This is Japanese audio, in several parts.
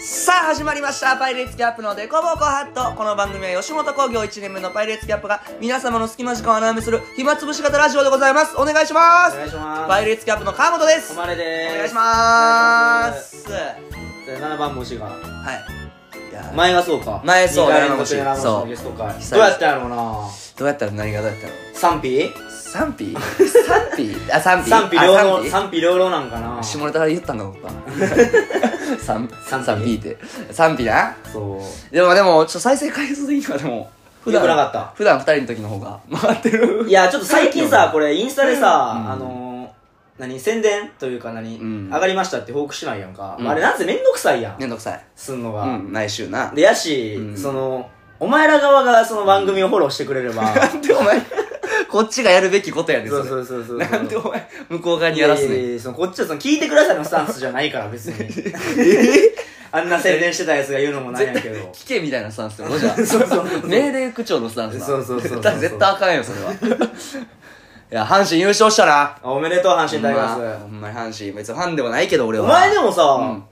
始まりましたパイレーツキャップのデコボコハットこの番組は吉本興業1年目のパイレーツキャップが皆様の隙間時間を穴埋めする暇つぶし型ラジオでございますお願いしまおす願いしますパイレーツキャップの川本です小おまれで願いしすますす7番虫がはいいやー前がそうか前そう2回連続七番七星番星のゲスト会そうどうやったんやろうなどうやったら何がどうやったの賛否賛否賛否あ賛否賛否両あ論賛否両論なんかな下ネタ言ったんだ 僕は賛賛否賛否って賛否なそうでもでもちょっと再生回数的にはでも普段良くなかった普段二人の時の方が回ってるいやちょっと最近さこれインスタでさ、うんあのー、何宣伝というか何、うん上がりましたって報告しないやんか、うんあれなんせめんどくさいやん、めんどくさいすんのが、うんない週なでやし、うんそのお前ら側がその番組をフォローしてくれれば、なんでお前 こっちがやるべきことやねんそうれそうそうそう なんでお前向こう側にやらすいねんやいやいやそのこっちはその聞いてくださいのスタンスじゃないか ら別に あんな宣伝してたやつが言うのもなんやけ ど聞けみたいなスタンスってことじゃん そうそうそう命令区長のスタンスなそうそうそうそうだから絶対あかんよそれは いや阪神優勝したなあおめでとう阪ほん神タイガまーほんまに阪神別にファンではないけど俺スはお前でもさ、うん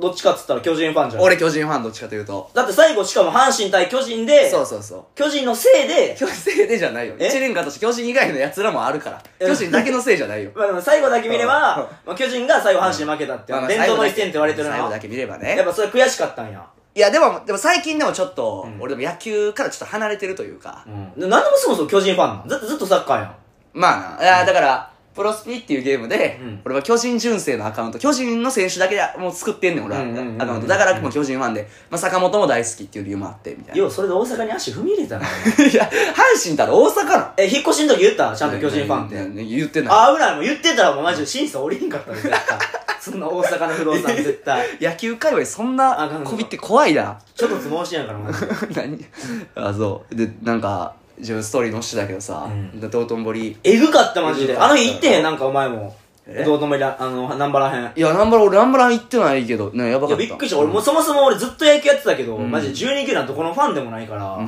どっちかっつったら巨人ファンじゃん俺巨人ファンどっちかというとだって最後しかも阪神対巨人でそうそうそう巨人のせいで、巨人せいでじゃないよえ一年間として巨人以外のやつらもあるからえ巨人だけのせいじゃない よまあ、でも最後だけ見れうんば、まあ、巨人が最後阪神に負けたっていまう、あまあ伝統の一戦って言われてるな最後だやけ見ればっねぱそれ悔しかったんや、いやでもでも最近でもちょっと、うん俺でも野球からちょっと離れてるというか、うん、で何でもそもそも巨人ファンなんずっとずっとサッカーやんまあないやだからプロスピっていうゲームで、うん俺は巨人純正のアカウント巨人の選手だけでもう作ってんねん俺は、うんうんうんうんアカウントだからもう巨人ファンで、まあ、坂本も大好きっていう理由もあってみたいなようそれで大阪に足踏み入れたないや阪神たら大阪なえ引っ越しの時言ったちゃんと巨人ファンって、ねね言 ってないあ危ないもう言ってたらもうマジで審査降りひんかったで絶 対そんな大阪の不動産絶対野球界隈そんなあなんかこびって怖いなちょっとつ申しやんからマジで 何あそうでなんか自分ストーリー載してたけどさ、うん道頓堀えぐかったマジえでぐかっあたの日行ってへんなんかお前もえどうともいらあの南原編いや南原俺南原行ってないけどねやばかっいやたびっくりした俺もうそもそも俺ずっと野球やってたけど、うんマジで12球団どこのファンでもないから、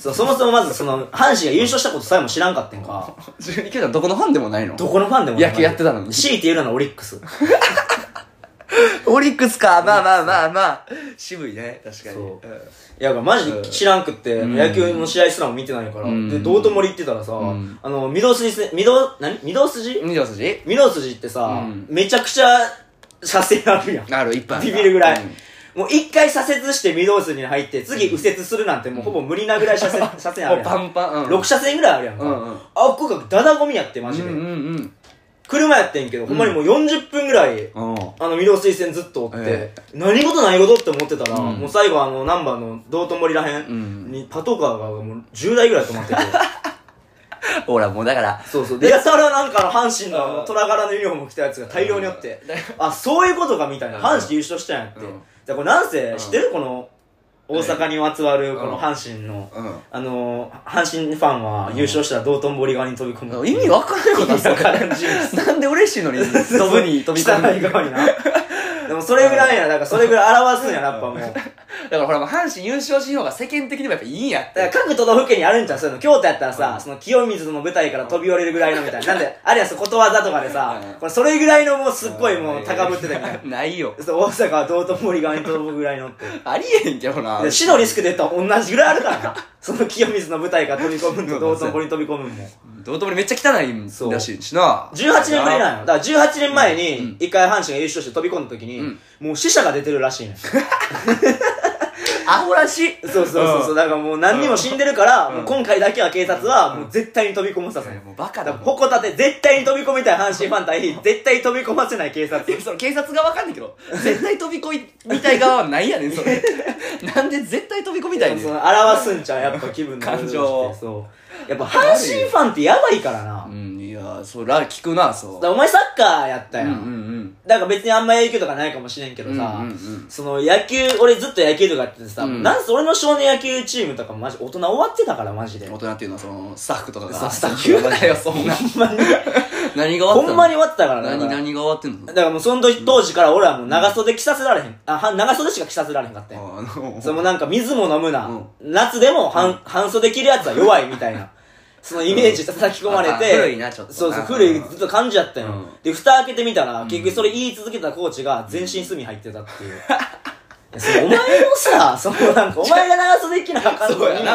そうそもそもまずその阪神が優勝したことさえも知らんかったんか12球団どこのファンでもないのどこのファンでもない野球やってたのに強いて言うならオリックスオリックスかまあまあまあまあ渋いね確かにそううんいやマジで知らんくって、ん野球の試合すらも見てないから、うんで道頓堀行ってたらさ、うんあの御堂筋せ御堂何御堂筋二条筋御堂筋ってさ、うんめちゃくちゃ車線あるやんある一般ビビるぐらい、うんもう一回左折して御堂筋に入って次右折するなんてもうほぼ無理なぐら い車線車線あるもうやんパンパンうん6車線ぐらいあるやんか、うんうんあっこがダダゴミやってマジで、うんうん車やってんけど、ほんまにもう40分ぐらいうんうんあの御堂筋線ずっとおって、え何事ない事って思ってたら、うんもう最後あの難波の道頓堀らへんんにパトカーがもう10台ぐらい止まって てほらもうだからそうそうでやたらなんかあの阪神のあの虎柄のユニフォーム着たやつが大量におって、 あそういうことかみたいなうん阪神優勝したんやって、うんでこれなんせ、ん知ってるこの大阪にまつわるこうんの阪神の、うんあのー阪神ファンは優勝したら道頓堀側に飛び込む、 意味わかんないこと意味わかはらん事実なんで嬉しいのに飛ぶ に飛び込んで汚 い側にな。でもそれぐらいやな、だからそれぐらい表すんやな、やっぱもう。だかだからほらもう阪神優勝しようが世間的にもやっぱいいんやってら各都道府県にあるんちゃうそういうの。京都やったらさ、うんその清水の舞台から飛び降りるぐらいのみたいな。なん で、あれやそうことわざとかでさうん、これそれぐらいのもうすっごいもう高ぶってた みたいな。ないよそう大阪は道頓堀側に飛ぶぐらいのって。ありえへんけどなで死のリスクで言ったら同じぐらいある からな。その清水の舞台から飛び込むんと道頓堀に飛び込むんも。道頓堀めっちゃ汚いらしいしな18年ぶりなんよ。だから18年前うんうんに、一回阪神が優勝して飛び込んだ時にうん、もう死者が出てるらしいねん。 アホらしいそうそうそうそう、だからもう何人も死んでるから、もう今回だけは警察はもう絶対に飛び込ませさせない。もうバカだだからもんほこたて絶対に飛び込みたい阪神ファン対絶対飛び込ませない警察いやその警察がわかんないけ ど絶対飛び込みたい側はないやねんそれ なんで絶対飛び込みたいねんその表すんちゃうやっぱ気分の感情そうやっぱ阪神ファンってやばいからなうだかんいやーそら聞くなそうらお前サッカーやったやうんん、うんうんだから別にあんま影響とかないかもしれんけどさ、うんうんうんその野球俺ずっと野球とかやっててさ、うんなんせ俺の少年野球チームとかもマジ大人終わってたからマジで大人っていうのはそのスタッフとかそがうスタッフ言うなよそんなほんまに 何が終わってほんまにに終わってたからなだか何ら何が終わってんのだからもうその時当時から俺はもう長袖着させられへん。あ、は長袖しか着させられへんかったよ。あのそのなんか水も飲むな。うん夏でも半,、半袖着るやつは弱いみた いな。そのイメージ叩き込まれて。うんあ古いなちょっとそうそう、うん古いずっと感じやったよ。うん で、蓋開けてみたら、結局それ言い続けたコーチが全身隅入ってたっていう。やそれお前もさ、そのなんか、お前が長袖着なあかんのそうやにな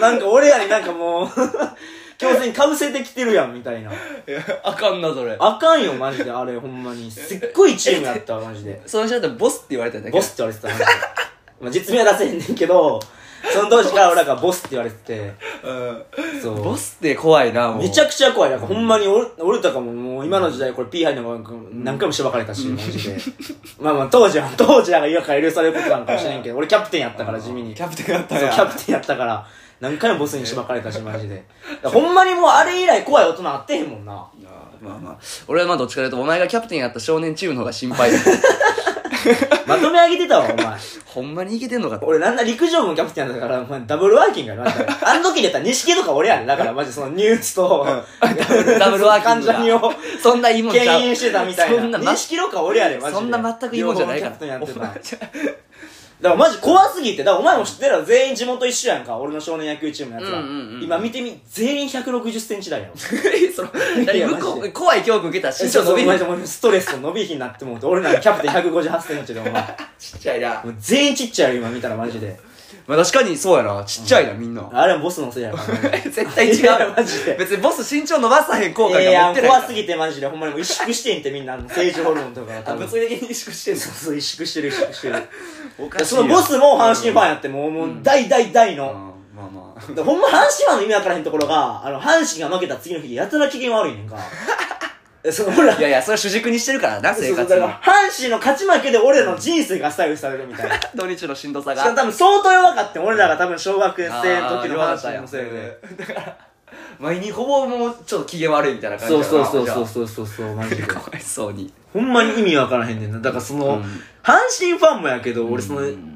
な。なんか俺らになんかもう、 強制にかぶせてきてるやん、みたいな。いやあかんなそれあかんよ、マジで。あれ、ほんまに。すっごいチームやったわ、マジで。その人だったらボスって言われたんだけどボスって言われてた、マジで。まあ、実名は出せへんねんけど、その当時から俺らがボスって言われてて。そうんう。ボスって怖いなもうめちゃくちゃ怖い。なんかほんまに俺、俺とかももう今の時代これ P 入るのが何回もしばかれたし、マジ で。まあまあ当時は、当時なんか今から許されることなのかもしれんけど、俺キャプテンやったから地味に。キャプテンやったそうんキやャプテンやったから、何回もボスにしばかれたし、マ ジで。だからほんまにもうあれ以来怖い大人あってへんもんな。あーまあまあ俺はまあどっちかというとお前がキャプテンやった少年チームの方が心配だまとめ上げてたわ、お前。ほんまにいけてんのかと俺なんなら陸上部のキャプテンやったから、お前ダブルワーキングやな。だからあの時でやったら錦とか俺やん。だからマジそのニュースと、ダブルワーキング関ジャニをがそんないいもんち牽ゃう引してたみたいな。そんなま認識力は俺やで、マジで。そんな全くいいもんじゃないから両方のキャプテンやってた。お前だからマジ怖すぎて、だからお前も知ってるやろ、全員地元一緒やんか、俺の少年野球チームのやつら。うんうんうん今見てみ、全員160センチ 台やろ。そのいや何向こマジうで怖い恐怖受けたら身長 伸びおる前お前ストレスと伸びひんなって思うと、俺なんかキャプテン158センチで、お前。ちっちゃいなもう全員ちっちゃいよ、今見たらマジで。まあ確かにそうやなちっちゃいなみんなあれはボスのせいやからね。絶対違いやうマジで別にボス身長伸ばさへん効果がい持やっいてやない怖すぎてマジで、ほんまにもう萎縮してんってみんな、あの政治ホルモンとかが多あ分。物そう理的に萎縮してんのそう、萎縮してる、萎縮してる。おかしいそのボスも阪神ファンやって、もう、もう、大大大うんの。まあまあでほんま阪神ファンの意味わからへんところが、あの、阪神が負けた次の日、やたら機嫌悪いねん か。えそのほら、いやいやそれ主軸にしてるからなそう生そう活だにから、阪神の勝ち負けで俺らの人生が左右されるみた いな。し土日のしんどさかもが多分相当弱かってん俺らが多分小学生の時のあー阪神のせい弱かでっ。たんやだから毎日ほぼもうちょっと機嫌悪いみたいな感じやなじゃあそうそう そう、マジでかわいそうにほんまに意味わからへんねんな。だからその、うん阪神ファンもやけど、俺その、うん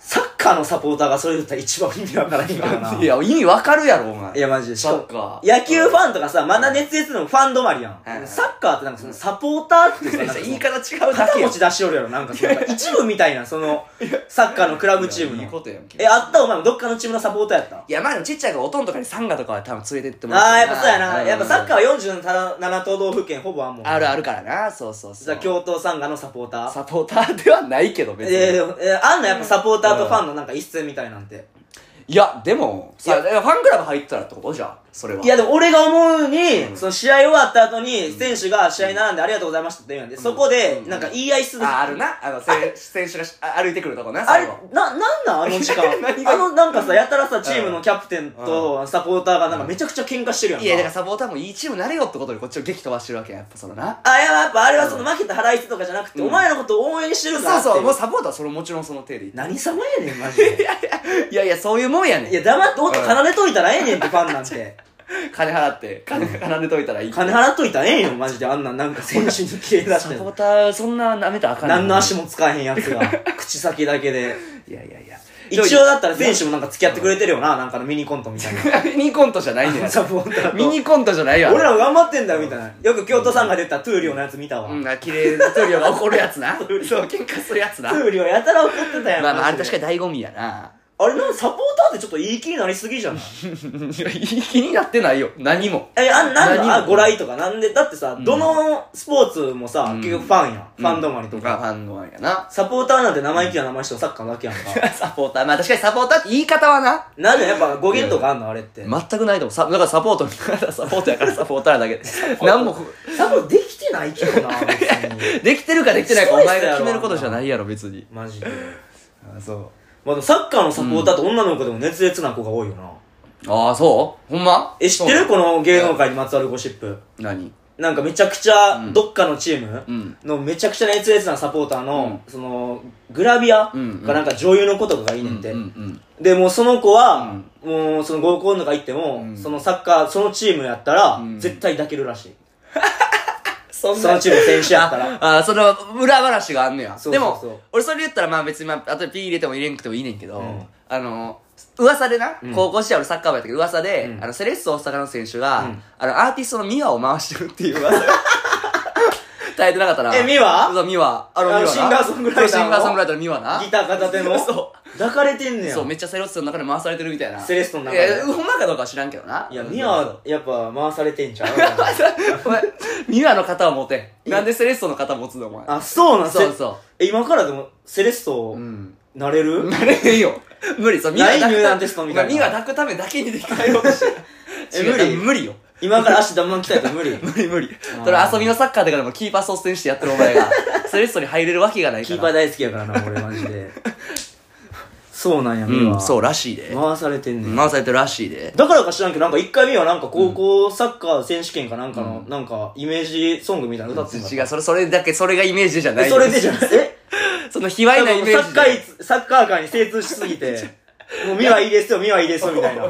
サッカーのサポーターがそれ言ったら一番意味わからへんからな。いや意味わかるやろお前いやマジでしかもサッカー野球ファンとかさまだ熱烈のファン止まりやん、はいはいサッカーってなんかそのサポーターってさなんかその言い方違うだ肩け持やち出しよるやろなんかそのなんか一部みたいなそのサッカーのクラブチームいやいいこのとやんけえあったお前もどっかのチームのサポーターやったいやまあでもちっちゃいからおとんとかにサンガとかは多分連れてってもらああーやっかぱらそうやなやっぱサッカーーは47都道府県ほぼあんもんあるあるからなそうそうじそゃあう京都サンガのサポーターサポーターではないけど別いやいにやいやあんのやっぱサポーターとファンのなんか一戦みたいなんていやでもいやさだからファンクラブ入ったらってことじゃあそれはいやでも俺が思うに、うんその試合終わった後に選手が試合並んでありがとうございましたって言うんで、そこでうんなんか言い合いするああるなあのせ選手がしあ歩いてくるとこなあ最れ後、な、なんなんあの時 間何。があの、なんかさ、やたらさ、チームのキャプテンとサポーターがなんかめちゃくちゃ喧嘩してるやんか。いやだからサポーターもいいチームになれよってことでこっちを激飛ばしてるわけややっぱそのなあ、いや、やっぱあれはその負けた腹い手とかじゃなくて、うんお前のことを応援してるんだそなうっていそうもうサポーターはそれもちろんその手でいい何様やねん、マジで。 いやいやそういうもんやねんいや、黙って音奏でといたらええねんって、ファンなんて。金払って 金払でといたらいい金払っといたらええよ、マジで。あんな、なんか選手に切れ出しサて。ポーターそんな舐めたらあかんねん何の足も使えへんやつ が、口先だけで。いやいやいや一応だったら選手もなんか付き合ってくれてるよな、なんかのミニコントみたいな。ミニコントじゃないねん サポーターと。ミニコントじゃないわ俺ら頑張ってんだよみたいなよく京都さんが出たトゥーリオのやつ見たわ、うんあ綺麗なトリオが怒るやつな そう喧嘩するやつトなゥーリオやたら怒ってたやんまあまああれマ確ジかでに醍醐味やなあれなんかサポーターってちょっといい気になりすぎじゃないいや気になってないよ何もえあなん何なんもあご来とかなんでだってさ、どのスポーツもさ、うん結局ファンやん、ファン止まりととか、かファンのあれやなサポーターなんて生意気な名前してるサッカーだけやんか サポーターまあ確かにサポーターって言い方はななんでやっぱ語源とかあんのあれって、全くないと思うさだからサポート みたいなサポーターやからサポーターだけで 何もサポーターできてないけどな別 にできてるかできてないかそうおですよ前が決めることじゃないやろ別にマジで あそまあでもサッカーのサポーターって女の子でも熱烈な子が多いよな、うああそうほんまえ知ってそるうこの芸能界にまつわるゴシップ何なんかめちゃくちゃん、どっかのチームうんのめちゃくちゃ熱烈なサポーターの、その、グラビアうんうんがなんか女優の子とかがいいねんてうんう。んで、もうその子は、もうその合コンとか行ってもん、そのサッカー、そのチームやったらん、絶対抱けるらしい。 そそのチームの選手やった ら。ああその裏話があんのやそうそうそうでも俺それ言ったらまあ別にまああとでピー入れても入れんくてもいいねんけど、うんあの噂でな、ん高校時代俺サッカー部やったけど噂で、うんあのセレッソ大阪の選手が、うんあのアーティストのミワを回してるっていう 噂が耐えてなかったらえミワそうミワあのミワあのシンガーソングライそターのうシンガーソングライターのミワなギター片手のそう抱かれてんねやそうめっちゃセレストの中で回されてるみたいなセレストの中でいやほんまかどうかは知らんけどないやミミアはアやっぱ回されてんちゃう お前ミアの肩は持てなんでセレストの肩持つのお前あそうなんそうそうえ今からでもセレストうんなれ る、なれへんよ無理そうミア抱く第二弾テストみたいなお前ミア抱くためだけにできないようとしてえ違う無理無理よ今から足だんまん鍛えて無理無理無理あーそれ遊びのサッカーとかでもキーパー率先してやってるお前がセレストに入れるわけがないかキらーパー大好きやから な俺マジでそうなんやミアうはんそうらしいで回されてんねん回されてるらしいでだからか知らんけど、なんか一回目はなんか高校サッカー選手権かなんかの、なんかイメージソングみたいなの歌ってんの違うそれそれだけそれがイメージじゃないえそれでじゃないえその卑猥なイメージ多分サッカーいサッカー界に精通しすぎて、もう見はいいですよ、見はいいですよ、みた いな。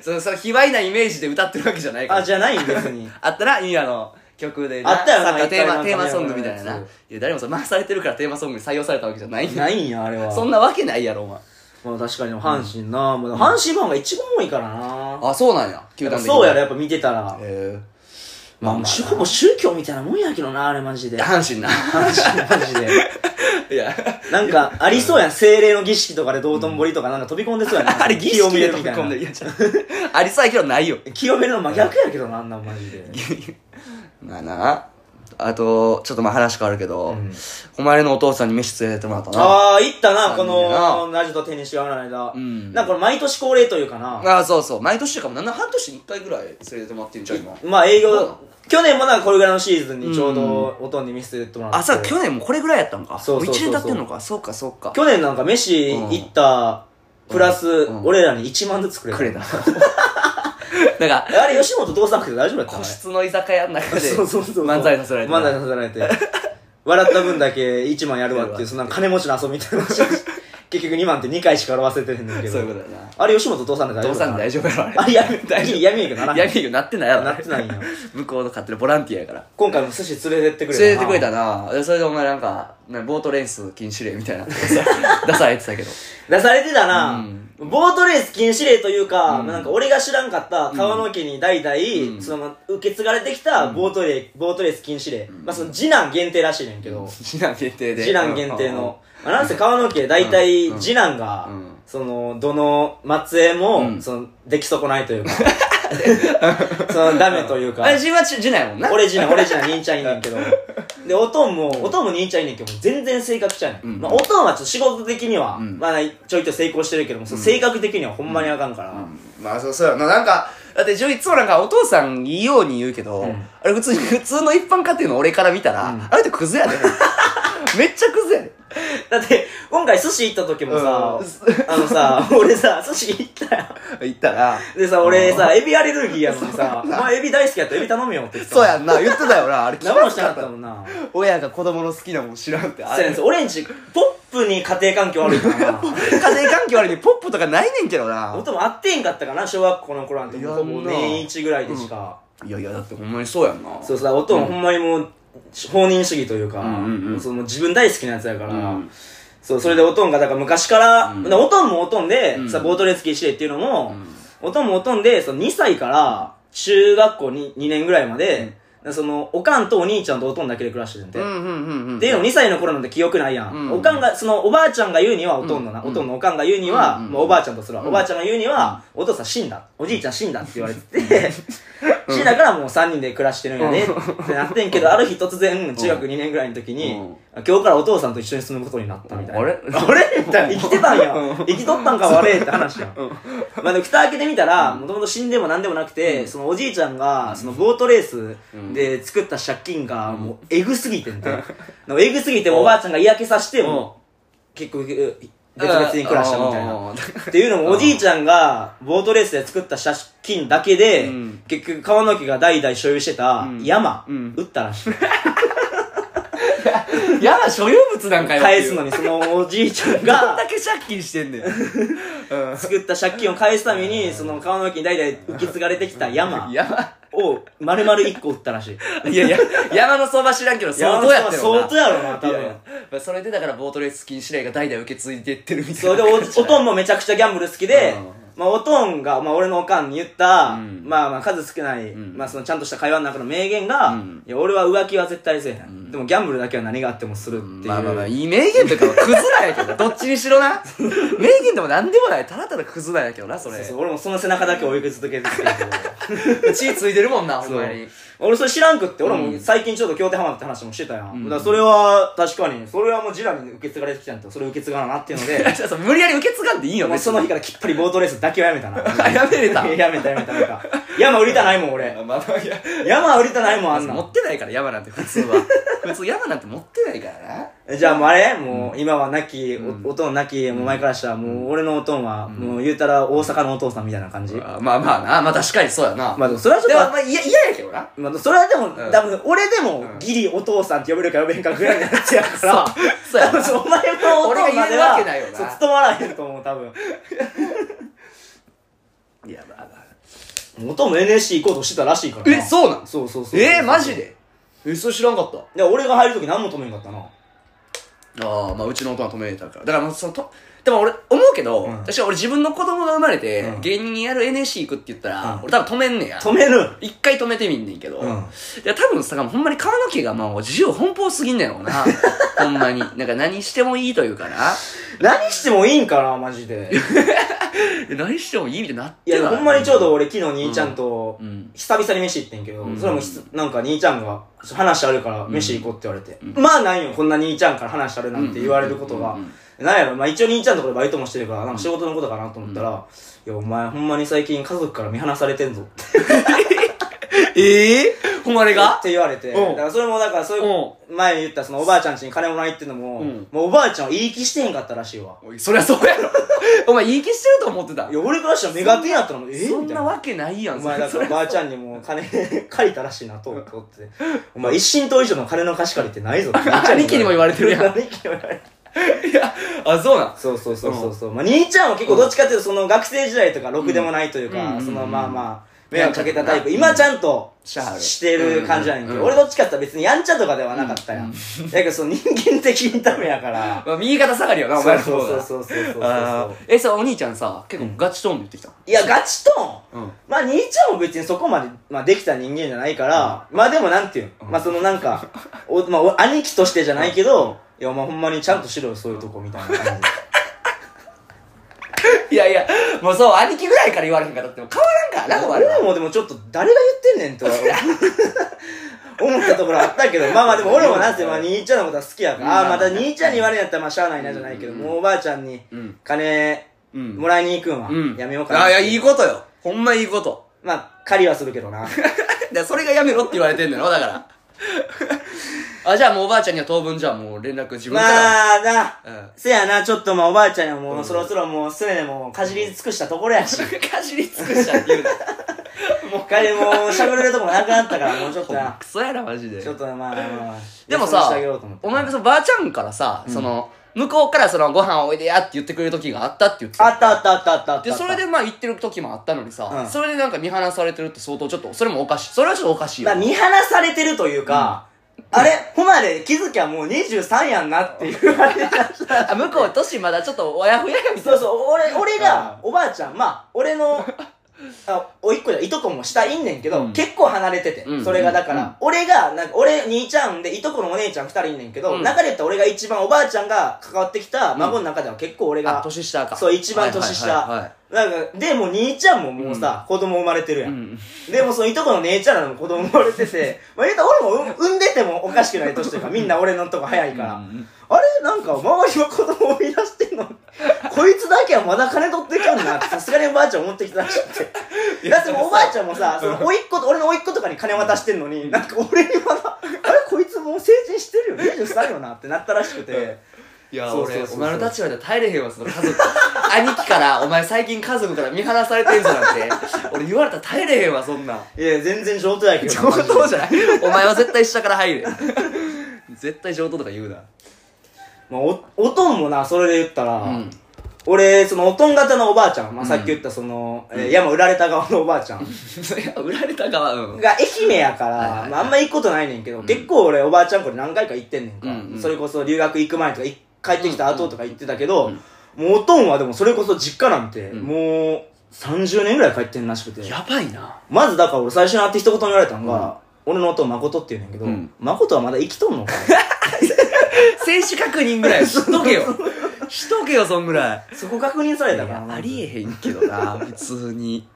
そのその卑猥なイメージで歌ってるわけじゃないからあ、じゃないん別に。あったらミアの曲でなあったよなサッカーテー一回マなんかテーマソングみたいななやいつや誰もさ回されてるからテーマソングに採用されたわけじゃないんだ ないんや、あれ は。そんなわけないやろお前まあ確かに、阪神な、もう阪神ファンが一番多いからな。あそうなんや球や団っぱ的にそうやろ、やっぱ見てたら。へまあ、もうほぼ宗教みたいなもんやけどな、あれマ ジで。え阪阪神な神マジで。いやなんか、ありそうやん。精霊の儀式とかで道頓堀とかなんか飛び込んでそうやん。 あれ儀清式めでる飛みびたい込んなで。るいやちょっとありそうやけどないよ清めるの真逆やけどな、あんなんマジで。 まあなあとちょっとまあ話変わるけど、んお前のお父さんに飯連れてってもらったなああ、行ったな、こ三人でなの、ラジオとテニスが合わない間。うんなんかこれ毎年恒例というかな。ああそうそう毎年というかもなんなら半年に1回ぐらい連れてってもらってんじゃん今まあ営そうな業の、去年もなんかこれぐらいのシーズンにちょうど、おとんに見せてもらって。あさ去年もこれぐらいやったんかそうそうそうそうも1年経ってんのかそうかそうか去年なんか飯行った、プラス、うん俺らに1万ずつくれた。くれ たなんかあれ、吉本どうさなくて大丈夫やった個室の居酒屋の中でそうそうそう。漫才させられて漫才させられて。笑った分だけ1万やるわっていう、そんな金持ちの遊びみたいな。 結局2万って2回しか表せてへんねんけど。そういうことだなあれ、吉本どうさんで大丈夫父さんで大丈夫やろあれあれ、闇、闇、闇やけどならん。闇になって ないやろなってないんや向こうの買ってるボランティアやから今回も寿司連れてってくれ連れてくれたなでそれでお前なんかなボートレース禁止令みたいな 出されてたけど出されてたな、うんボートレース禁止令というか、まあなんか俺が知らんかった川野家に代々、んその受け継がれてきたボートレ,、ボートレース禁止令、まあその次男限定らしいねんけど、次男限定で次男限定の、まあ、なんせ川野家大体うん次男が、うんそのどの末裔も、うんその出来損ないと いうかそのダメというかあれ自分は次男やもんな俺次男、俺次男、兄ちゃんいんねんけ ど。で、おとんも、おとんも兄ちゃんいんねんけど、もう全然性格ちゃうねん。うんまあ、おとんはちょっと仕事的には、うんまあ、ちょいと成功してるけども、その性格的にはほんまにあかんから。うんまあそうそうやななんかだっていつもなんかお父さんいいように言うけど、んあれ普通に普通の一般家庭の俺から見たら、うんあれってクズやで めっちゃクズやでだって、今回寿司行った時もさ、うんあの さ、俺さ、寿司行ったよ。言ったらでさ、俺さ、エビアレルギーやのにさ、お前エビ大好きやったらエビ頼むよって言ってた。そうやんな言ってたよなあれ生もしてなかったもんな。親が子供の好きなもん知らんってあそうれやねん、俺んち、ポップに家庭環境悪いから な。家庭環境あるにポップとかないねんけどな音も合ってんかったかな、小学校の頃なんて、いやほぼ年一ぐらいでしか。いやいやだってほんまにそうやんなそうさ、おとんほんまにもう、放任主義というか、うんうんうんその自分大好きなやつやから、うんそう、それでおとんが、だから昔から、うんだからおとんもおとんで、うんさ、ボートレース禁止令っていうのも、うおとんもおとんで、その2歳から中学校に2年ぐらいまで、だからその、おかんとお兄ちゃんとおとんだけで暮らしてるんで。んうんうんうんっていうのも2歳の頃なんて記憶ないやん。うんおかんが、そのおばあちゃんが言うには、おとんのな、うんおとんのおかんが言うには、うんうんまあおばあちゃんとするわ、うんおばあちゃんが言うには、お父さん死んだ。おじいちゃん死んだって言われてて、 死んだからもう3人で暮らしてるんやね、ってなってんけど、ある日突然、中学2年ぐらいの時に、う今日からお父さんと一緒に住むことになったみたいな。あれ あれみたいな生きてたんや。生きとったんか悪いって話やん。 まあでも蓋開けてみたら、もともと死んでもなんでもなくて、そのおじいちゃんが、そのボートレースで作った借金が、もう、えぐすぎ てんて。なんかえぐすぎて、おばあちゃんが嫌気さして、もう、結局、別々に暮らしたみたいうんうんう。なんっていうのも、おじいちゃんが、ボートレースで作った借金だけでうん、結局、川野家が代々所有してたうん山うん、売った らしい。やだ所有物なんかよ返すのにに、そのおじいちゃんど んがだ、け借金してんねんうん作った借金を返すために、その川野家に代々受け継がれてきた山山を、丸々1個売ったらしい。いやいや、山の相場知らんけど、相当やってる相当やろな、多いやいや分。まあそれでだからボートレース禁止令が代々受け継いでってるみたいな。そうで、お、おとんもめちゃくちゃギャンブル好きでうん、まあ、おとんが、まあ、俺のおかんに言った、うんまあまあ、数少ない、んまあ、その、ちゃんとした会話の中の名言が、うんいや、俺は浮気は絶対せえへん。うんでもギャンブルだけは何があってもするっていう。まあまあまあ、いい名言とかはクズなんやけ ど、どっちにしろな。名言でもなんでもない、ただただクズなんやけどな、それ。そうそう俺もその背中だけ追いかけ続けて るけど血ついてるもんな、ほんそうまに。俺それ知らんくって俺うもん最近ちょっと協定ハマって話もしてたやん、うんだからそれは確かにそれはもうジラに受け継がれてきたんやったらそれ受け継がななってい うのでそう無理やり受け継がんでいいよ、もう別そ の日からきっぱりボートレースだけはやめたなに。やめれた。 やめたやめたなんか山売りたないもん俺まあまあ、いや、山は売りたないもんあん持なってないから、山なんて普通 は。普通山なんて持ってないからな。んじゃあもうあれもう今は亡き、うんおおとん亡きもう前からしたらもう俺のおとんはもう言うたら大阪のお父さんみたいな感じ、あまあまあな、まあ確かにそうやな。まあでもそれはちでょもっとまあ嫌ややけどな。まあ、それはでも、うん多分俺でもうんギリお父さんって呼べるか呼べへんかぐらいのやつやから そうや多分 そうお前のお父さ俺がんまで言えるわはけないよなそう務まらへんと思う多 分いや、まあまあ。お父も NSC 行こうとしてたらしいからなえ、そうなんそうそうそうえー、マジでえ、それ知らんかった。で俺が入る時何も止めんかったなああまあうちの音は止めたからだからもうそのとでも俺思うけど、うん私は俺自分の子供が生まれて、うん芸人やる NSC 行くって言ったら、うん俺多分止めんねや止める一回止めてみんねんけど、うんいや多分さほんまに川の毛がまあ自由奔放すぎんねやろう なほんまになんか何してもいいというかな何してもいいんかなマジでえ何してもいいみたいになっいてやないほんまにちょうど俺昨日兄ちゃんと、うん久々に飯行ってんけど、うんそれもひつなんか兄ちゃんが話あるから飯行こうって言われて、まあないよこんな兄ちゃんから話あるなんて言われることうが、んうんなんやろ、まあ、一応兄ちゃんのところでバイトもしてるから、なんか仕事のことかなと思ったら、いや、お前ほんまに最近家族から見放されてんぞってええほんまあれが言われて、うんだからそれもだからそういう、前言ったそのおばあちゃん家に金もらいってんのも、うんもうおばあちゃんは言い気してへんかったらしいわ。おいそりゃそう やろお前言い気してると思ってたいや、俺からしたら目が手やったのも、えーそみんたいなな。わけないやんお前だそかれらおばあちゃんにも う金借りたらしいなと思ってて、お前一神党以上の金の貸し借りってないぞって めっちゃ兄貴にも言われてるやん兄貴にも言われてるいやあそうなん そうそうそうそうそう、まあ、兄ちゃんは結構どっちかっていうとその学生時代とかろくでもないというか、うんそうんのうんまあまあ迷惑かけたタイプうん今ちゃんとしゃあるしてる感じなんやけど、うん俺どっちかって言ったら別にやんちゃとかではなかったやん、だけどその人間的にダメやからまあ右肩下がりよな、そお前うのそうそううそうそうそうそうえ、さ、お兄ちゃんさ、結構ガチトーンで言ってきたのいやガチトーン、うんまあ兄ちゃんも別にそこまで、まあ、できた人間じゃないから、まあでもなんていうん、まあそのなんかお、まあお、兄貴としてじゃないけど、いやまあほんまにちゃんとしろよそういうとこみたいな感じでいやいや、もうそう、兄貴ぐらいから言われへんかったっても変わらんからな、お前俺ららもでもちょっと誰が言ってんねんとは思ったところあったけどまあまあでも俺もなんせまあ兄ちゃんのことは好きやから、うんああまた兄ちゃんに言われんやったらまあしゃあないなじゃないけど、うんもうおばあちゃんにうん金うんもらいに行くんはうん。やめようかな、あ、いや、いいことよ。ほんまいいこと。 まあ借りはするけどなだそれがやめろって言われてんのよ、だから。 あ、じゃあもうおばあちゃんには当分じゃあもう連絡自分まから。あなうん。せやなちょっとまあおばあちゃんはもうんうそろそろもうすねもうかじり尽くしたところやしかじり尽くしたって言うな。もう金もうしゃべれるとこもなくなったからもうちょっとほんまなクソやな、マジでちょ。っとなまあまあでも休ませさてあげようと思っ、てお前もそのばあちゃんからさ、その、向こうからそのご飯おいでやって言ってくれる時があったって言ってあったあったあったあったあったでそれでまあ行ってる時もあったのにさ、うんそれでなんか見放されてるって相当ちょっとそれもおかしいそれはちょっとおかしいよ、まあ、見放されてるというか、あれ、ほまで気づきゃもう23やんなっていうあれだしあ向こう年まだちょっとおやふややみたいそうなそう、俺、俺が、おばあちゃん、まあ、俺 の、あ、おいっ子じゃ、いとこも下いんねんけど、うん結構離れてて、うんそれがだから、うん俺が、なんか、俺、兄ちゃんで、いとこのお姉ちゃん二人いんねんけど、うん中で言ったら俺が一番、おばあちゃんが関わってきた孫の中では結構俺あが、年下かそう、一番年下。はいはいはいはいなんか、で、もう兄ちゃんももうさ、子供生まれてるや。うんんでもそのいとこの姉ちゃんらの子供生まれ てて、まあ言うたら俺も産産んでてもおかしくない年というか、みんな俺のとこ早いから。うんあれなんか周りは子供を生み出して んのこいつだけはまだ金取ってきゃんなってさすがにおばあちゃん思ってきたらしく て。だってもうおばあちゃんもさ、そのおいっ子と、俺のおいっ子とかに金渡してんのに、なんか俺にまだ、 あれこいつもう成人してるよ、23よなってなったらしくて。いやそうそう俺そうそうお前の立場で耐えれへんわその家族兄貴からお前最近家族から見放されてんじゃなくて俺言われたら耐えれへんわそんなんいや、全然上等やけ ど。上等じゃないお前は絶対下から入れ絶対上等とか言うなまあ、お、おとんもな、それで言ったら、うん俺、その、おとん型のおばあちゃん、まあ、うんさっき言ったその、えー山売られた側のおばあちゃんいや売られた側うんが愛媛やかはいはいはらい、まあ、あんま行くことないねんけど、ん結構俺、おばあちゃんこれ何回か行ってんねんか。うんうんそれこそ留学行く前とか、い帰ってきた後とか行ってたけど、うんうんもうおとんはでもそれこそ実家なんて、うんもう、30年ぐらい帰ってんらしくて。やばいなまずだから俺最初に会って一言に言われたのが、俺の弟を誠って言うねんだけど、うん誠はまだ生きとんのか選手確認ぐらいしとけよ。しとけよ、 そんぐらい。そこ確認されいたかやらありえへんけどな普通に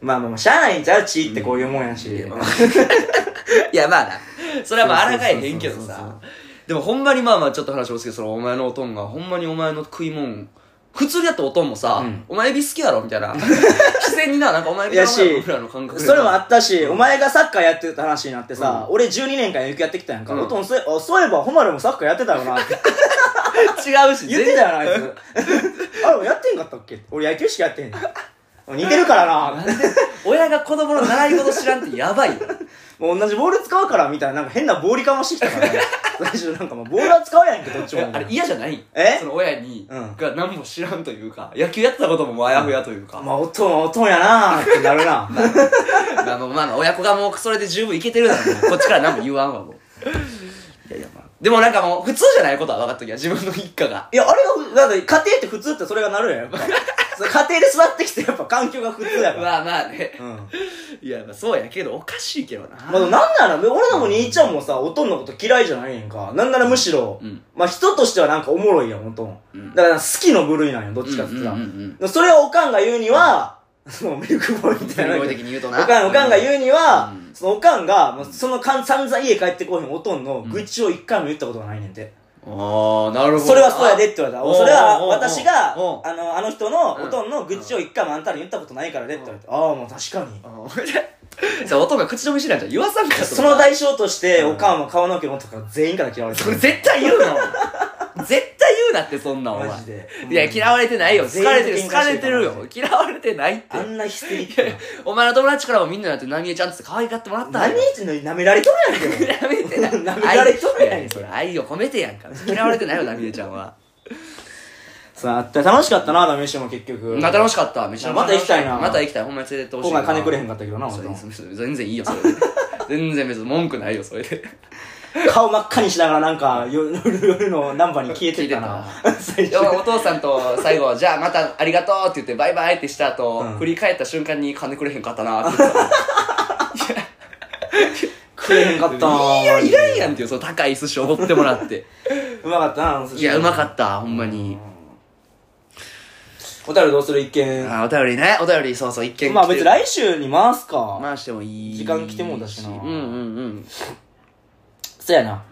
まあまあまあしゃあないんちゃう血ってこういうもんやし、 いやまあなそれはまあ、抗えへんけどそうそうそうそさ。でもほんまにまあまあ、ちょっと話をすけど、そのお前のおとんが、ほんまにお前の食いもん、普通だとおとんもさ、うんお前エビ好きやろみたいな。自然にな、なんかお前エビやしぐらいの感覚でそれもあったし、お前がサッカーやってた話になってさ、俺12年間野球やってきたやんか。うんおとん、そういえば、そういえば、ホマルもサッカーやってたよなって。違うし、言ってたよな、あいつ。あれ、やってんかったっけ俺野球しかやってへんねん。似てるからな。親が子供の習い事知らんってやば いよ。もう同じボール使うから、みたいな、なんか変なボーリかましてきたから、ね、最初なんかもう、ボールは使うやんけ、どっちも。あれ嫌じゃないえその親に、うんが何も知らんというか、野球やってたこともあやふやというか。まあ、おとんはおとんやなーってなるな。 まあまあまあ、親子がもうそれで十分いけてるならも うこっちから何も言わんわ、もう。いやいや、まあ。でもなんかもう、普通じゃないことは分かっときや、自分の一家が。いや、あれが、だって家庭って普通ってそれがなるやん、やっぱ。それ家庭で育ってきて、やっぱ環境が普通やから。まあまあね。うん。いや、まあそうやけど、おかしいけどな。まあ、なんなら、俺らも兄ちゃんもさ、おとんのこと嫌いじゃないやんか。なんならむしろ、うんまあ人としてはなんかおもろいやん、おとん。んだから好きの部類なんよ、どっちかって言ったら。うんうんうんそれをおかんが言うには、 そのミルクボーイみたいな。ミルクボーイ的に言うとなおかん、おかんが言うには、うんそのおかんが、まあそのかん散々家帰ってこうへんおとんの愚痴を一回も言ったことがないねんて。ああ、なるほど。それはそうやでって言われた。おうそれはおうおう私が、あおうの、あの人のおとんの愚痴を一回もあんたに言ったことないからでって言われて。ああ、もう確かにあ。 ー。じゃあ、音が口止めしないじゃん。言わさんかと思ったその代償として、おかんは顔の毛のとか全員から嫌われてそるれ。絶対言うな、お前絶対言うなって、そんなん、お前マジで。いや、嫌われてないよ。好全かれ員てる、喧好嘩してるかれてるよ。嫌われてないってあ。んなヒステリックな。お前の友達からもみんなだって、ナミエちゃんっつって可愛がってもらった 何よ。日の舐められとるやんけ。 舐めてない。舐められとるやん愛いいそれ愛を込めてやんか。嫌われてないよ、ナミエちゃんは。さあ、楽しかったな、ダメ飯も結局。まあ楽しかった。めちゃめちゃまた行きたいなまた行きたい。ほんまに連れてってほしい今な。回金くれへんかったけどな、そ俺れの全然いいよ、それで。全然別に文句ないよ、それで。顔真っ赤にしながらなんか、夜夜 夜のナンバーに消えてたな。最 でも初。お父さんと最後、じゃあまたありがとうって言ってバイバイってした後、うん振り返った瞬間に金くれへんかったなって言ってた。くれへんかったな。いや、いらんやんっていう、その高い寿司おごってもらって。うまかったなあの寿司、いや、うまかった、ほんまに。お便りどうする一見。あお便りね、お便り、そうそう、一見来てるまあ別に来週に回すか。回してもいい。時間来てもだしなうんうんうん。そうやな。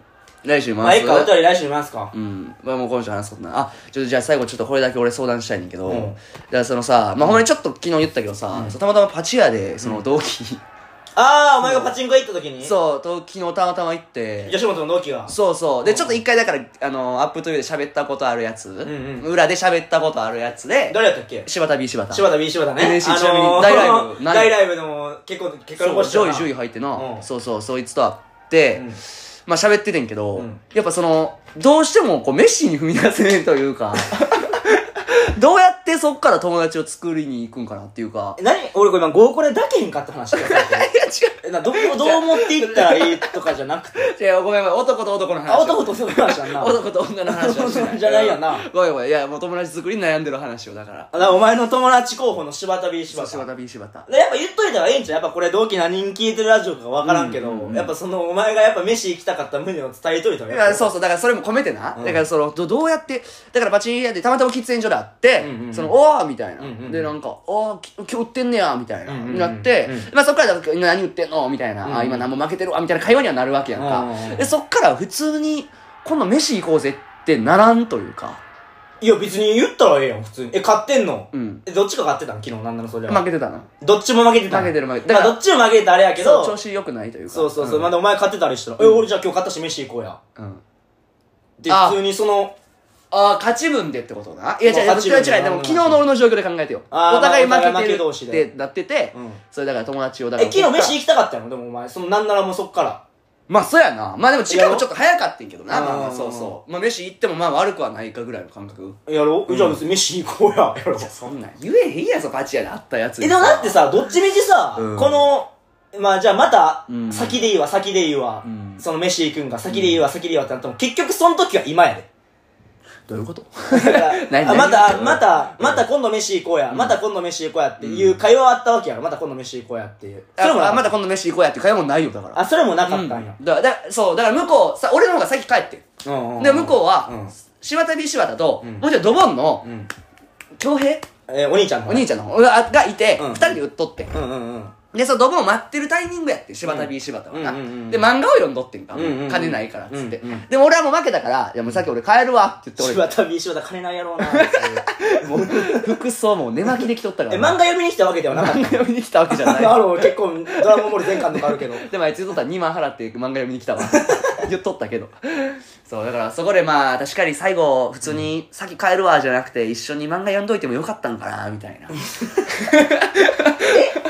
来週まあ、回ええす。か、お便り来週に回すか。うん。まあもう今週話すことない。あ、ちょっとじゃあ最後ちょっとこれだけ俺相談したいねんだけど、うんじゃあそのさ、まあほんまにちょっと昨日言ったけどさ、そうたまたまパチ屋で、その同期、あー、お前がパチンコ行った時にそう、と昨日たまたま行って、吉本の同期が。そうそう。で、ちょっと一回だから、あの、アップトゥーで喋ったことあるやつ、んうん裏で喋ったことあるやつで、誰やったっけ柴田 B 柴田。柴田 B 柴田ね。 NSC あちなみにのー大ライブ何 大ライブでも結構、結果そう残してたな上位10位入ってな、うんそうそうそいつと会って、うんまあ喋っててんけど、うんやっぱそのどうしてもこうメッシに踏み出せねえという かどうやってそっから友達を作りに行くんかなっていうかえ何俺これ今合コンでだけへんかって話だよえ などこどう持っていったらいいとかじゃなくて。いやごめんごめん男と男の話あ、男とそういう話やんな。男と女の話はしない じゃないよなごめんごめんいやもう友達作りに悩んでる話をだからあだからお前の友達候補の柴田 B 柴柴田。田 B 柴田でやっぱ言っといたらええんちゃうやっぱこれ同期何人聞いてるラジオかわからんけど、うんうんうんやっぱそのお前がやっぱ飯行きたかった胸を伝えといたらだからう。そうそうだからそれも込めてな、うんだからそのどどうやってだからパチン屋でたまたま喫煙所であって、うんうんうんその「おーみたいな、うんうんでなんか「おーき今日売ってんねや」みたいな、うんうんうんなって、うまあ、そっからだと今何売ってんのみたいな、うんうんあ今何も負けてるわみたいな会話にはなるわけやんか、うんうんうんでそっから普通に今度飯行こうぜってならんというか、いや別に言ったらええやん、普通に。え、買ってんの、うん、え、どっちか買ってたん昨日なんならそれは。負けてたなどっちも負けてたん負けてる負けてるまだあからどっちも負けてたあれやけそど。う調子良くないというかそうそうそう。んまだお前買ってたりしたら、え、俺じゃあ今日買ったし飯行こうや。うんで、あ普通にその、ああ、勝ち分でってことだな。いや、違う、違う、勝ち分で違う、でも昨日の俺の状況で考えてよ。おあー互いまあお互い負けて負け同士るでってなっててうん、それだから友達を、だえ、から。昨日飯行きたかったのでもお前、そのなんならもうそっから。まあそうやな。まあでも時間もちょっと早かったんけどな。うんまあまあそうそう。まあ飯行ってもまあ悪くはないかぐらいの感覚。やろ、うじゃあ別に飯行こうや。やろいや、そんなん言えへんやん、そのパチ屋であったやつにえ、でもだって、さ、どっちみちさ、うんこの、まあじゃあまたう、ん先でいいわ、先でいいわう、ん その飯行くんが、先でいいわ、先でいいわってなっても、結局その時は今やで。どういう こと何あ何また、また、また今度飯行こうや、また今度飯行こうやっていう会話あったわけやろ、また今度飯行こうやっていう。それもなあかまった今度飯行こうやって会話もないよだからあ、それもなかうっんただんや。からだそうだから向こうさ俺の方が先帰ってんうんうんで向こうは、うん柴田 B 柴田と、うんもうちろんドボンのうん。恭平えー、お兄ちゃんのお兄ちゃんの方ががいて、うん二人で売っとってん、うんうんうん。でそのドボンを待ってるタイミングやって柴田う B 柴田はな、うんうんうんで漫画を読んどってんか、うんうんうん金ないからっつって、うんうんでも俺はもう負けたから「いやもうさっき俺帰るわ」って言って柴田 B 柴田金ないやろうな。俺もう服装もう寝巻きできとったからえ、漫な画読みに来たわけではなかった。読みに来たわけじゃない あの、結構、ドラゴンボール全巻とかあるけ ど。でもあいつ言っとったら2万払って漫画読みに来たわ 言っとったけどそうだからそこでまあ確かに最後普通に「先帰るわ」じゃなくて一緒に漫画読んどいてもよかったんかなみたいな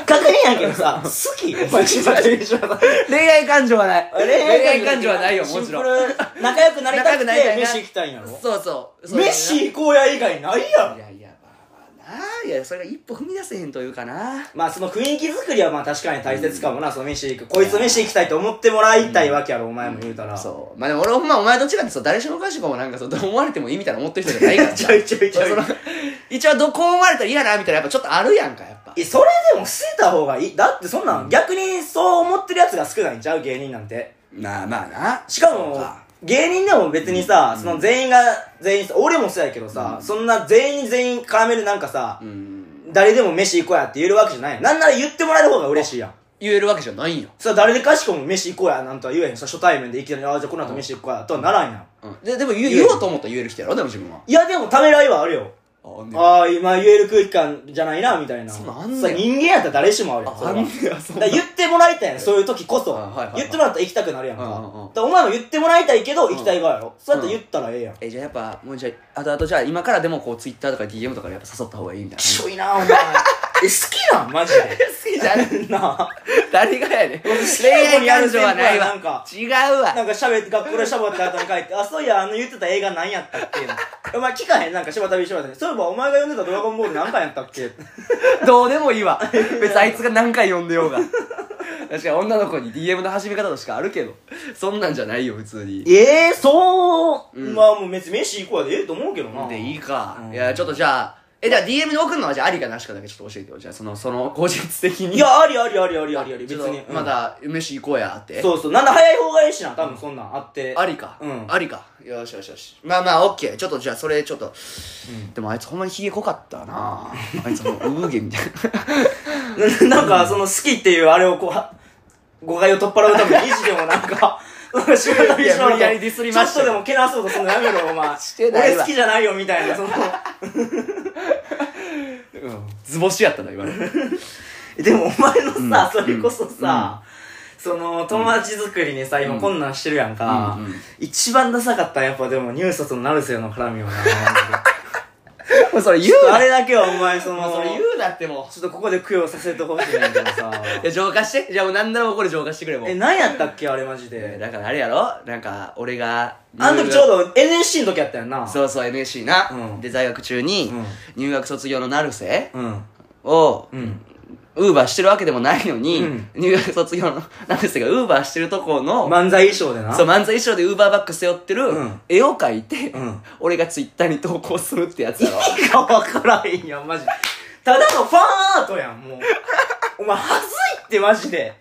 確認やけどさ、好きお前柴田 B 柴田。 恋愛感情はない恋愛感情はないよもちろんシンプル仲良くなりたく仲て、良くなりたいな飯行きたいんやろそうそうそう飯行こうや以外ないやろいやいやまあまあないやそれが一歩踏み出せへんというかなまあその雰囲気作りはまあ確かに大切かもな、その飯行く。こいつ飯行きたいと思ってもらいたいわけやろ、お前も言うたら。そうまあでも俺ほんまお前と違ってそう誰しもかしこもなんかそうどう思われてもいいみたいな思ってる人じゃないから ちょいちょいちょいその一応どこ思われたら嫌なみたいなやっぱちょっとあるやんかやっぱえ、それでも捨てた方がいい。だってそんなん、逆にそう思ってる奴が少ないんちゃう芸人なんて。まあまあなしかそうもか、芸人でも別にさ、その全員が、全員さ、俺もそうやけどさ、そんな全員全員絡めるなんかさ、うん誰でも飯行こうやって言えるわけじゃないやん。なんなら言ってもらえる方が嬉しいやん。言えるわけじゃないんよ、さ、誰でかしこも飯行こうやなんとは言えへんさ、初対面でいきなり、ああ、じゃあこの後飯行こうやとはならんやん。ででも言う言える言おうと思ったら言える人やろでも自分はいや、でもためらいはあるよ。あねああ、今言える空気感じゃないな、みたいな。そんなんあんねんさ人間やったら誰しもあるやん。それあはんねやそんなだから言ってもらいたいやん、そういう時こそ。あはいはいはい言ってもらったら行きたくなるやんか。うだんうんうんからお前も言ってもらいたいけど、行きたい側やろ。そうやって言ったらええやん。えじゃあやっぱもうじゃああとあとじゃあ今からでもこうツイッターとか DM とかでやっぱ誘った方がいいみたいなき しょいな、お前。え、好きなんマジで。 好きじゃんなあ。誰がやね ん恋な子愛にある感情はないわ先輩違はうわなんか喋って、学校で喋った後に帰って、あ、そういや、あの言ってた映画何やったっけお前聞かへんなんか柴田美柴田に。そういえばお前が読んでたドラゴンボール何回やったっけ どうでもいいわ別にあいつが何回呼んでようが確かに女の子に DM の始め方としかあるけどそんなんじゃないよ普通にええそう、まあもう別に飯行こうやでええと思うけどな。でいいか、うんいやちょっとじゃあえじゃあ DM で送るのはじゃあありかなしかだけちょっと教えてよじゃあそのその後日的に いや、ありありありありありあり、別ちょっに。うとんまだ飯行こうやってそうそう。なんだ早い方がいいしな、多分そんなんあって。ありかうんありかよしよしよしまあまあオッケーちょっとじゃあそれちょっとでもあいつほんまにひげ濃かった なあいつもうウーゲンみたいな なんか、その好きっていうあれをこうは、誤解を取っ払うために、意地でもな んか、仕事にしろいや無理やりディスりましたちょっとでもけなそうとするのやめろ、お前。してないわ俺好きじゃないよ、みたいな、その。なうん図星やったな今の でもお前のさ、うんそれこそさ、その、友達作りにさ、今困難してるやんかうんうんうん。一番ダサかったんやっぱでも、ニュースとの成瀬の絡 みよな。もうそれ言うあなれだけはお前、その、もうそれ言うなってもちょっとここで供養させてほしいねんだ けどさ。ういや浄化してじゃあもう何ならもうこれ浄化してくれもうえ、何やったっけあれマジえーで。だからあれやろなんか俺があの時ちょうどど NSC の時やったよな。う。そうそう NSC な、うんで在学中にうん入学卒業の成瀬うん。をうん。ウーバーしてるわけでもないのに、うん入学卒業の 成瀬がウーバーしてるとこの、漫才衣装でな。そう漫才衣装でウーバーバッグ背負ってるうん絵を描いて、うん俺がツイッターに投稿するってやつやろ意味がわからへんやん、マジで。ただのファンアートや ん、もう。お前、はずいって、マジで。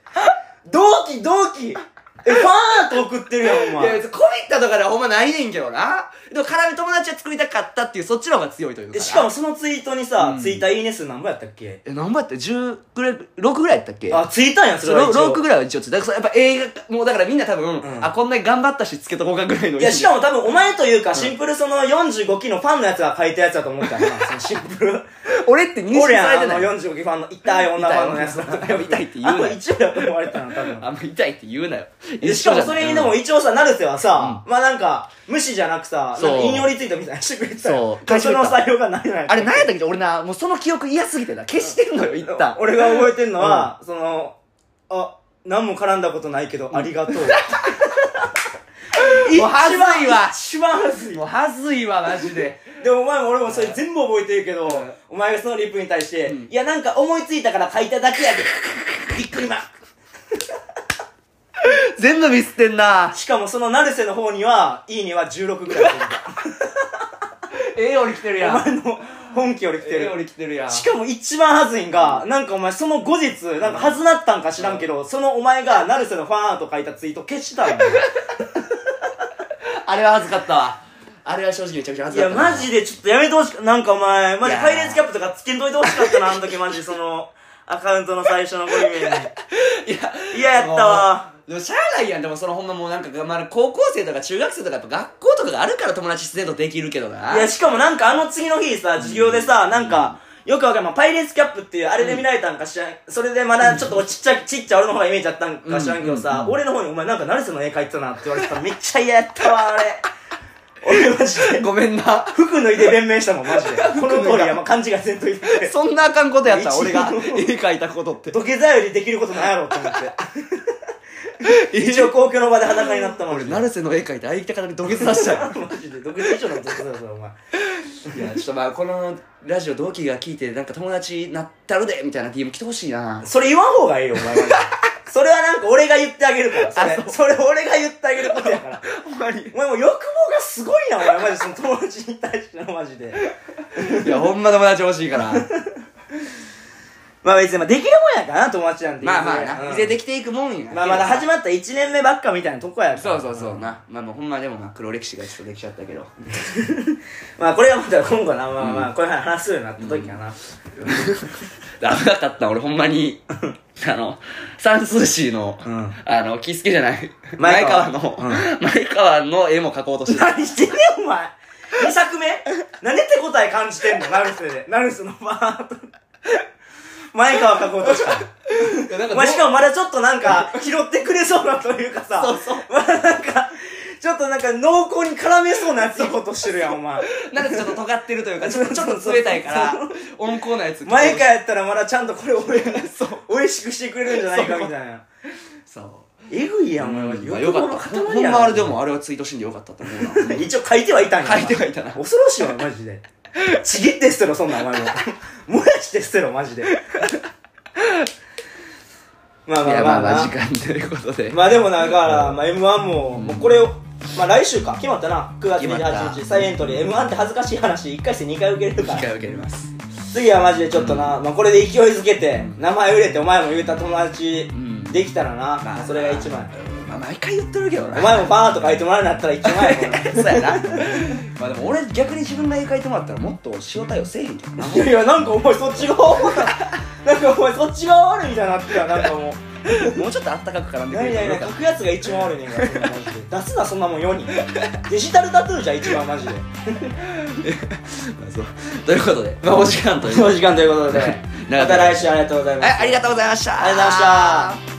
同期、同期。え、ファンアート送ってるやん、おいや前。別にコミットとかではほんまないねんけどなでも絡み友達は作りたかったっていうそっちの方が強いというかえなしかもそのツイートにさ、うんツイッターいいね数何本やったっけえ何倍やった10ぐらい6ぐらいやったっけあ、ついたんや、そそれはう一ロ応ークぐらいは一応ついだからやっぱ映画もうだからみんな多分、んあこんなに頑張ったしつけとこうかぐらいのいや、しかもも多分お前というか、シンプルその45期のファンのやつが書いたやつだと思ったよな、そのシンプル。俺って認識俺やされてん、なあのい45期ファンの痛い女ファンのやつだと痛い痛いって言うなよあの一応やと思われてたな、多分。あんま痛いって言うなよでしかもそれにでも一応さ、成瀬はさ、まあなんか、無視じゃなくさ、そうなんか引用リツイートみたいにしてくれてたそう会社の採用が何なんやあれ何やったっけ俺なもうその記憶嫌すぎてな消してんのよ一旦俺が覚えてんのは、その、あ、何も絡んだことないけど、ありがとう。一もう恥ずいわ一番恥ずいもう恥ずいわマジででもお前も俺もそれ全部覚えてるけど、お前がそのリップに対して、いやなんか思いついたから書いただけやで。びっくりマーク。全部ミスってんなしかもその成瀬の方には、いいねは16ぐらいだと思うええ俺来てるおやん前の本気より来てええる。俺来てるやんしかも一番はずいんが、なんかお前その後日、なんかはずなったんか知らんけど、そのお前が成瀬のファンアート書いたツイート消したんよ あれは恥ずかったわあれは正直めちゃくちゃい恥ずや、かったなマジでちょっとやめてほしく、なんかお前、マジいやーパイレーツキャップとかつけんといてほしかったな、あの時マジその、アカウントの最初の5人目に。いや、やったわ。でもしゃあないやんでもそのほんまもうなんか、まあ、高校生とか中学生とかやっぱ学校とかがあるから友達自然とできるけどないや、しかもなんかあの次の日さ、授業でさ、なんか、よくわかんない。まあパイレーツキャップっていう、あれで見られたんか知らん。それでまだちょっとちっちゃい、ちっちゃい俺の方がイメージあったんか知らんけどさ、俺の方にお前なんか成瀬の絵描いてたなって言われてたらめっちゃ嫌やったわ、あ れ。俺マジで。 ごめんな服脱いで弁明したもん、マジ で。この通りは、まあ、勘違いせんといて。そんなあかんことやった一応俺が絵描いたことって土下座よりできることないやろうと思 って。一応公共の場で裸になったもん。俺成瀬の絵描いて相手方に土下座させたよ マジで、独立以上の土下座だぞ、お前。いやちょっとまあこのラジオ同期が聞いてなんか友達なったるでみたいな DM 来てほしいなそれ言わん方がいいよ、お前は。 それはなんか俺が言ってあげるから、それ。それ俺が言ってあげることや から。ほんまにお前もう欲望がすごいな、お前。マジその友達に対してのマジで。いやほんま友達欲しいから まあ別に、まあできるもんやからな、友達なんて。まあまあな、うんいずれできていくもんやまあまだ始まった1年目ばっかみたいなとこやから。そうそうそう、なまあもうほんまでもな黒歴史がちょっとできちゃった けどまあこれはまた今後な、まあまあ、こういう話するようになった時かな。危なかった俺ほんまにあの算数詞の、んあのキスケじゃない前前川川の、前川の絵も描こうとしてた 何してんねんお前2作目何で手応え感じてんのナルスでナルスのバーっと前川書こうとしたお前しかもまだちょっとな んか拾ってくれそうなというかさそうそうまだなんかちょっとなんか濃厚に絡めそうなやつ行こうとしてるやんお 前なんかちょっと尖ってるというかちょっとちょっと冷たいから温厚なやつ前川やったらまだちゃんとこれ俺が美味しくしてくれるんじゃないかみたいなそうえぐいやんお前はまあよかった欲望のほ塊んやんまあれでもあれはツイートしんでよかったと思うな一応書いてはいたんや書いてはいたな恐ろしいわマ ちでちぎって捨てろそんなんお前も燃やして捨てろマ ジでまあいまあやままああままああ時間ということで まあでもなだから、まあ、m 1も,、もうこれをまあ来週か決まったな9月決まった28日再エントリー m 1って恥ずかしい話1回戦2回受けれるか機会らを受けます次はマジでちょっとな、まあ、これで勢いづけて名前売れてお前も言うた友達んできたらな、まあそれが一番まあ毎回言ってるけどなお前もバーンと書いてもらうんだったら一番やもん なそうやなまあでも俺逆に自分が絵描いてもらったらもっと塩対応せえへんけどないやいやなんかお前そっち側悪いなんかお前そっち側悪いみたいになってたよなんかもうもうちょっとあったかく絡んでく何れたら何よ 何かっ書くやつが一番悪い ねんからそんなマジで出すなそんなもん世にデジタルタトゥーじゃ一番マジでたそうということでまあお時間という その時間ということで 長まくた来週ありがとうございまはすいありがとうございましたありがとうございました